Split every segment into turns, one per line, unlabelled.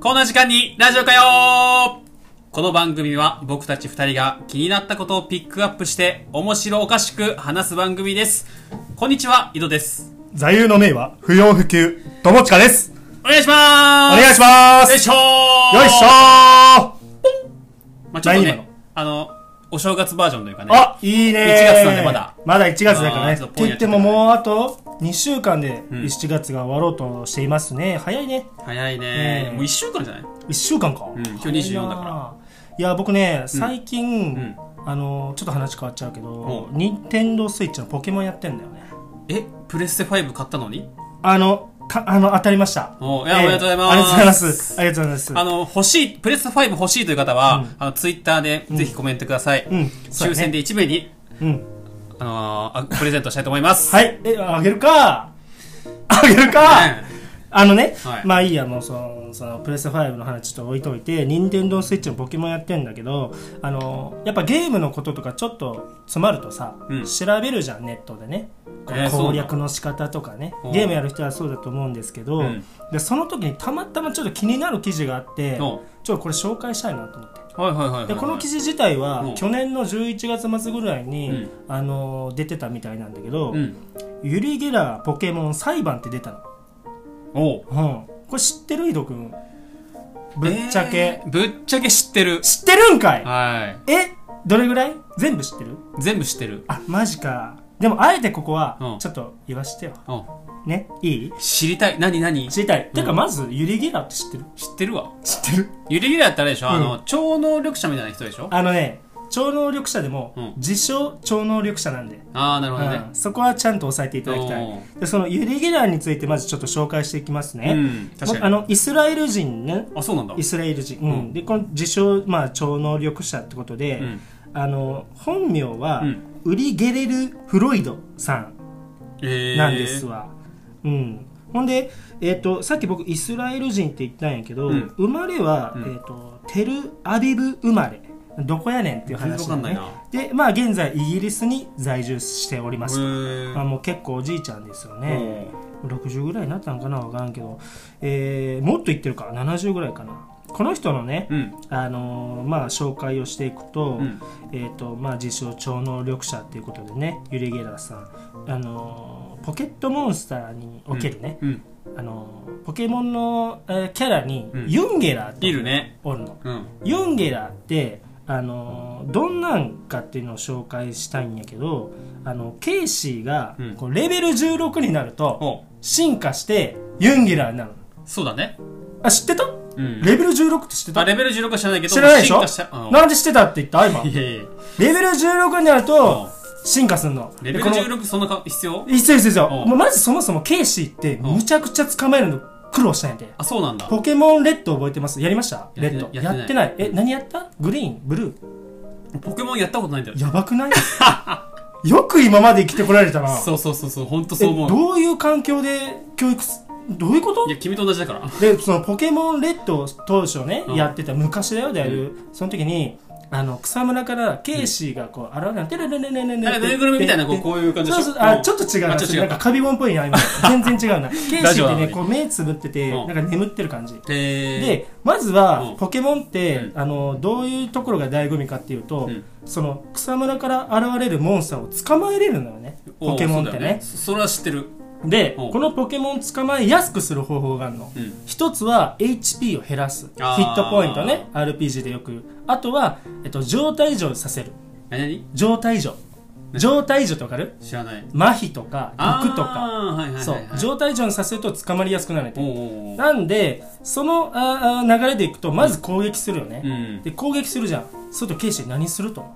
この時間にラジオかよこの番組は僕たち二人が気になったことをピックアップして面白おかしく話す番組です。こんにちは、井戸です。
座右の銘は不要不急友近です
お願いしま
お
ーす
願いします
よ
よ
い
い
し
し
ょー
ょー
まあちょっと
何今
ね
の、
あの、お正月バージョンというかね。
あいいねー
1月なんでまだ
まだ1月だから
あ
ね
ーちょ
っ
ってとぽん
言
やっちゃ
って
った
も
ね
もうあと2週間で
ん
7月が終わろうとしていますね早いね
早いね
うん
もう一週間じゃない
1週間か、
ん今日24だから
いや僕ね最近、
うん
あのーちょっと話変わっちゃうけ
お
ど任天堂スイッチのポケモンやってんだよね
えプレステ5買ったのに
あのかあの当たりました
おいや
ええ
おめでとうございます
ありがとうございますありがとうございます
あの、欲しい、プレステ5欲しいという方は、
うん
あの、ツイッターでぜひコメントください。
うんそう
抽
だね
選で1名に、
うん
あのーあプレゼントしたいと思います。
はい、え、あげるか。あげるか。
ね
あのね、
はい
まあいいや、もうその、そのプレステ5の話ちょっと置いといて、任天堂スイッチのポケモンやってんだけど、あの、やっぱゲームのこととかちょっと詰まるとさ、
うん
調べるじゃん、ネットでね。こう
えーそうなの
攻略の仕方とかね
おう、
ゲームやる人はそうだと思うんですけど、
うん
でその時にたまたまちょっと気になる記事があって、ち
おう
ょっとこれ紹介したいなと思って。
はいはいはいはいはい。
でこの記
事、
事自体
うん
は去年の11月末ぐらいに、
うん
あの出てたみたいなんだけど、
うん。
ユリ・ゲラーポケモン裁判って出たの、
おう
うん、これ知ってる井戸くんぶっちゃけ、
えーぶっちゃけ知ってる。
知ってるんかい
は
えどれぐらい全部知ってる
い。全部知ってる。
あマジかでもあえてここ
うん
はちょっと言わしてよ、
うん。
ねいい
知りたい。何何知
知りたい、てかまずユリ・ゲラーって知ってる
ってるわ。
知ってる
ゆりゆりだったらでしょ、
うん
あの、超能力者みたいな人でしょ
あのね超能力者でも、
うん
自称超能力者なんで
ああ、なるほどね
うん。そこはちゃんと押さえていただきた
お
いでそのユリ・ゲラーについてまずちょっと紹介していきますね、
うん確かに
あのイスラエル人ね
あ、そうなんだ。
イスラエル人、
ん
うんでこの自称、まあ、超能力者ってことで、
うん
あの本名は、
うん
ウリ・ゲレル・フロイドさん
えー
なんですわ、うん、ほんで、えー、とさっき僕イスラエル人って言ったんやけど、
うん
生まれは、
うん
えー、とテルアビブ生まれどこやねんっていう話
全然わ
ね
かんな
でまあ現在イギリスに在住しております
へ
と、
ー
まあ、もう結構おじいちゃんですよ
う
ね、
ん
60ぐらいになったんかな分からんけど、えーもっと言ってるか70ぐらいかなこの人のね、
うん。
あのーまあ、紹介をしていくと,、
うん
えーとまあ、自称超能力者ということでねユリ・ゲラーさん、あのーポケットモンスターにおけるね、
うん。
あのーポケモンの、えーキャラに
うん
ユンゲラーって
いるね
おるの、
うん。
ユンゲラーって、あのーどんなんかっていうのを紹介したいんやけどあのケイシーが
うん
こうレベル16になると、
おう
進化してユンゲラーになるの
そうだね。
あ知ってた
うん。
レベル16って知って
あ、
た
レベル16は知らないけど、
知らないでし
進
ょ
化たうん
なんで知ってたって言った今
いやいやいや
レベル16になる
う
と
ん
進化するの
レベル
でこの
16そんなか必要
いいっすよいいっすよいいっすよ
うん
もうまずそもそもケイシーって
ん
むちゃくちゃ捕まえるの苦労したんやて
あ、そうなんだ。
ポケモンレッド覚えてますやりました
や
レ
って
ッ
ない
ド
や
や
ってない
ってないえ何やったグリーンブルー
ポケモンやったことないんだよ。
やばくないよく今まで生きてこられたな
そうそうそう、そうほんと
え
そう思う。
どういう環境で教育すどういうこと
いや、君と同じだから。
でそのポケモンレッドを当初ね、
うん
やってた昔だよだいぶ、その時にあの草むらからケイシーがこう現れてるねねねねね
なんかぬいぐるみみたいな、こう、こういう感じで
そう
し
そう
ょ
あちょっと違う
あ
な
ちょっと違う
なんかカビゴンっぽいな今全然違うなケイ
ラジ
シ
オ
ー
な
っ
の
て
に
ねこう目つぶってて、
うん
なんか眠ってる感じ
で、
でまず
うん
はポケモンって、
う
あのどういうところが醍醐味かっていうと、
うん
その草むらから現れるモンスターを捕まえれるのよね
おう
ポケモンって
そうだよ
ね
そそれは知ってる。
で
うん
このポケモンを捕まえやすくする方法があるの、
うん。
一つは HP を減らすヒ
あー
ットポイントね RPG でよくあとは、えっと、状態異常させる
何々
状態異常状態異常ってわかる
知らない。
麻痺とか
あー
毒とか、
はいはいはいはい。
そう状態異常にさせると捕まりやすくなるって
おうおうおう
なんでそのあーあー流れでいくとまず攻撃するよね、
うん。
で攻撃するじゃんすると警視何すると思う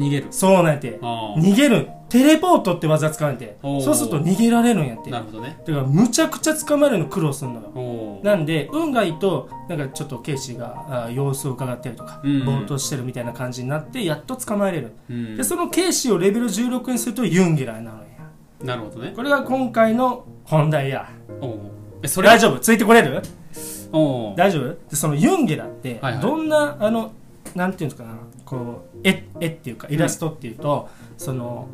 逃げる。
そうなんやて
あ
逃げるテレポートって技使うんやて
おー
そうすると逃げられるんやって
あ。
だ
な
か
るほどね。
らむちゃくちゃ捕まえるの苦労するのよ
おお。
なんで運がいいとなんかちょっとケイシーがあー様子を伺ってるとか、
うんうん
ぼーっとしてるみたいな感じになってやっと捕まえれる、
うん
でそのケイシーをレベル16にするとユンゲラーになるんや
なるほどね。
これが今回の本題や
おうおう。え、それ
大丈夫ついてこれる
おうおう。
大丈夫でそのユンゲラーって
はいはい
どんな、あのなんていうんですかなこう絵絵っていうかイラストっていうと、その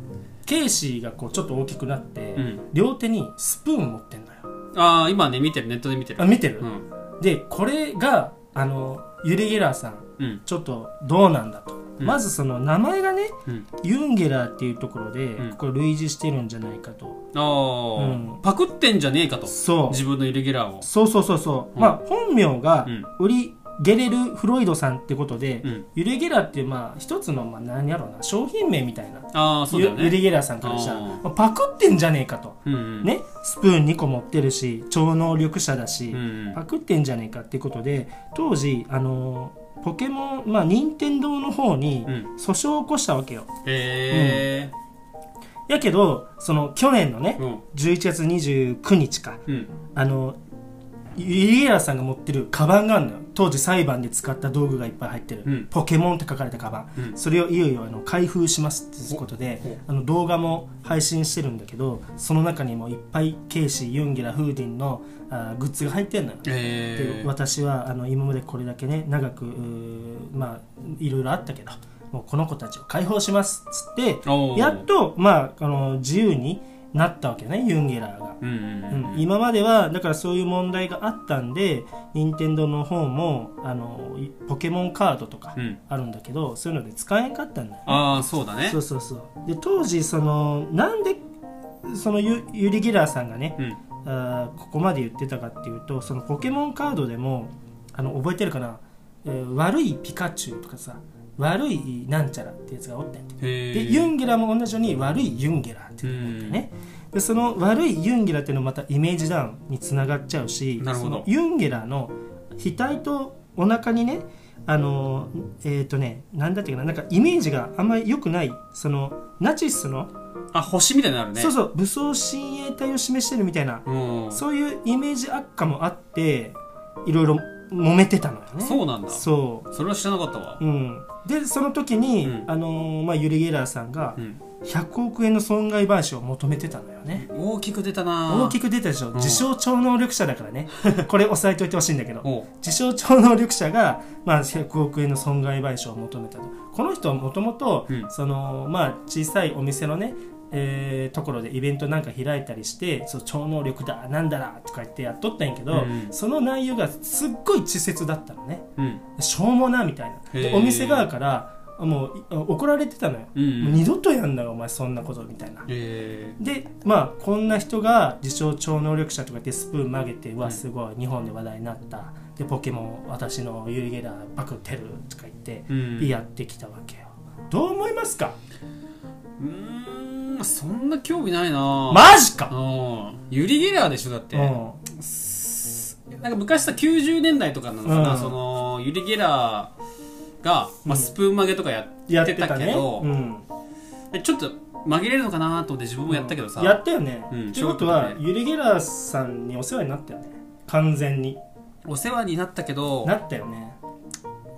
ケイシーがこうちょっと大きくなって、
うん
両手にスプーン持ってんのよ
ああ、今ね、見てる。ネットで見てる
あ。見てる、
うん。
でこれがあのユリ・ゲラーさん
うん
ちょっとどうなんだと、
うん
まずその名前がね
うん
ユンゲラーっていうところで、
うん
これ類似してるんじゃないかと
ああ、
うん
パクってんじゃねえかと
そう
自分のイレギュラーを
そうそうそうそう、
うん
まあ本名が
うん
ウリ・ゲレル・フロイドさんってことで、
うん
ユリ・ゲラーっていうまあ一つのまあ何やろうな商品名みたいな、
ああそうだ
ユ
よ
ユ
ね
リ・ゲラーさんからしたら、
あー
まあパクってんじゃねえかと、
うんうん
ねスプーン2個持ってるし超能力者だし、
うんうん
パクってんじゃねえかってことで当時あのーポケモンまあ任天堂の方に
うん
訴訟を起こしたわけよ、
へえ
やけどその去年のね
うん
11月29日か
うん
あのユリエラさんが持ってるカバンがあるのよ当時裁判で使った道具がいっぱい入ってる、
うん
ポケモンって書かれたカバン、
うん
それをいよいよあの開封しますっていうことであの動画も配信してるんだけどその中にもいっぱいケイシーユンゲラフーディンのあーグッズが入ってるのよで
えー
私はあの今までこれだけね長くうーまあいろいろあったけどもうこの子たちを解放しますっつって
おー
やっと、まあ、あの自由になったわけねユンゲラーが、
うんうんうん
うん今まではだからそういう問題があったんで任天堂の方もあのいポケモンカードとか
うん
あるんだけど、そういうので使えんかったんだよ
ああそうだね
そうそうそうで当時そのなんでそのユユリ・ゲラーさんがね
うん
あーここまで言ってたかっていうとそのポケモンカードでもあの覚えてるかな、えー悪いピカチュウとかさ悪いなんちゃらってやつがおったんやて
へえ
でユンゲラも同じように悪いユンゲラっていうのがあってねでその悪いユンゲラっていうのはまたイメージダウンにつながっちゃうし
なるほど
そのユンゲラの額とお腹にねあのえっ、とねなんだっていうかななんかイメージがあんまり良くないそのナチスの、
あ星みたいになるね
そうそう武装親衛隊を示してるみたいな
うん
そういうイメージ悪化もあっていろいろ揉めてたのよね
そうなんだ
そ
それは知らなかったわ
ううん、でその時に、
うん
あのーまあ、ユリ・ゲラーさんが
うん
100億円の損害賠償を求めてたのよね
大きく出たな
大きく出たでしょ
ん
自称超能力者だからね これ押さえておいてほしいんだけど
おう
自称超能力者が、まあ、100億円の損害賠償を求めたとこの人はもともと
うん
そのまあ小さいお店のね、えーところでイベントなんか開いたりしてそう超能力だなんだらとか言ってやっとったんやけど、
うん
その内容がすっごい稚拙だったのね
うん
しょうもなみたいな
へ
で
ー
お店側からもうい怒られてたのよ、
うん
も
う
う
ん
二度とやんなよお前そんなことみたいな
え
でまあこんな人が自称超能力者とかでスプーン曲げてうわすごい日本で話題になったでポケモン私のユリゲラーパクってるとか言って
ーうん
やってきたわけよどう思いますか
うーんそんな興味ないな
マジか
うんユリ・ゲラーでしょだって、
うん
なんか昔さ90年代とかなのかな、
うん
そのユリ・ゲラーが、まあ、スプーン曲げとかや
や
っ
って
てた
た
け
ね
ど、
うん
でちょっと曲げれるのかなと思って自分もやったけどさ、
やったよね
うん
ってこと
そういう
は
こと
ユリゲラーさんにお世話になったよね完全に
お世話になったけど
なったよね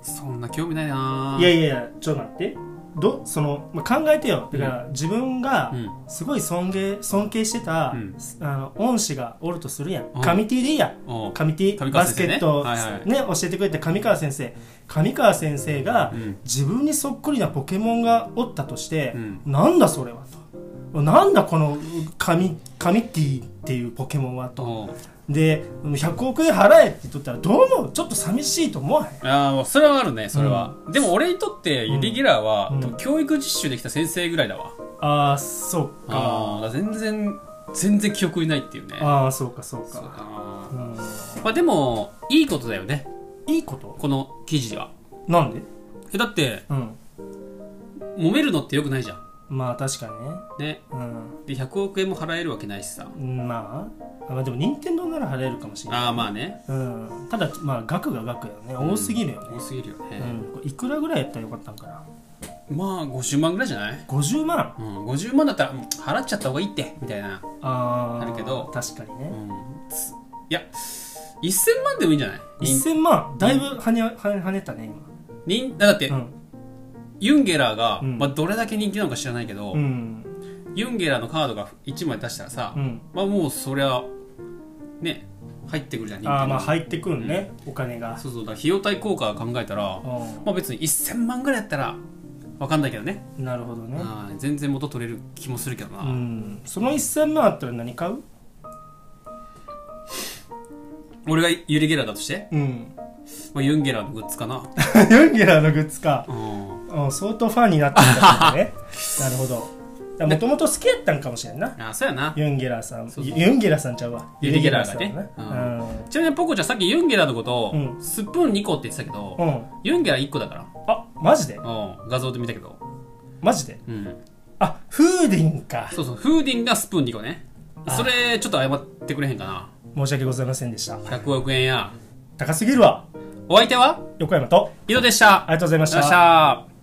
そんな興味ないない
やいやいやちょっと待ってどその、まあ、考えてよだから自分が
うん
すごい尊敬尊敬してた、
うん
あの恩師がおるとするやん
うん
神ティでいいや
おう
神ティ、
上川
バスケ
先生ね
ット、
はいはい
ね教えてくれた上川先生上川先生が、
うん
自分にそっくりなポケモンがおったとして、
うん
なんだそれはとなんだこの神神ティっていうポケモンはと
おう
で100億円払えって言っとったらどう思うちょっと寂しいと思わへん
あーもうそれはあるねそれは、でも俺にとってユリ・ゲラーは、
うん
多分教育実習できた先生ぐらいだわ、
ああそっ
あ
か
あ全然全然記憶にないっていうね
ああそうかそう
そう
か
か
うん
まあでもいいことだよね
いいこと
この記事は
なんで
えだって
うん
揉めるのってよくないじゃん
まあ確かにね
ね
うん
で100億円も払えるわけないしさ
まあまあでも任天堂なら払えるかもしれない
ああまあね
うん、ただまあ額が額だよね多すぎるよ
多
ね、
すぎるよ
う
ね、
んこれいくらぐらいやったらよかったんかな
まあ50万ぐらいじゃない
50万
うん、50万だったらうん払っちゃった方がいいってみたいな、
あー
あるけど
確かに
う
ね、
ん、ついや1000万でもいいんじゃない
1000万だいぶ跳ね跳ね跳ねたね
にんだって、
今うん、
ユンゲラーが、
うん
まあ、どれだけ人気なのか知らないけど、
うん
ユンゲラーのカードが1枚出したらさ、
うん、
まあもうそりゃね入ってくるじゃん人気
あー
の
まあ入ってくるね、お金が
そうそうだから費用対効果を考えたら、まあ別に1000万ぐらいやったらわかんないけどね、
うんなるほどね
あー全然元取れる気もするけどな、
うんその1000万あったら何買う
俺がユリ・ゲラーだとして、
うん。
まあ、ユンゲラーのグッズかな。
ユンゲラーのグッズか。
うん。
うん、相当ファンになってきたん だね。なるほど。もともと好きやったんかもしれんな。
あ、そうやな。
ユンゲラーさん。
そうそう
ユンゲラーさんちゃうわ。
ユリゲラーがね
ユリゲラーさんはな
ちなみにポコちゃんさっきユンゲラーのことを、
うん
スプーン2個って言ってたけど、
うん。うん。
ユンゲラー1個だから。
あ、マジで
うん。画像で見たけど。
マジで
うん。
あ、フーディンか。
そうそう。フーディンがスプーン2個ね。それ、ちょっと謝ってくれへんかな。
申し訳ございませんでした。
100億円や。
高すぎるわ。
お相手は
横山と、
井戸でした。
ありがとうございま
ありがとうございました。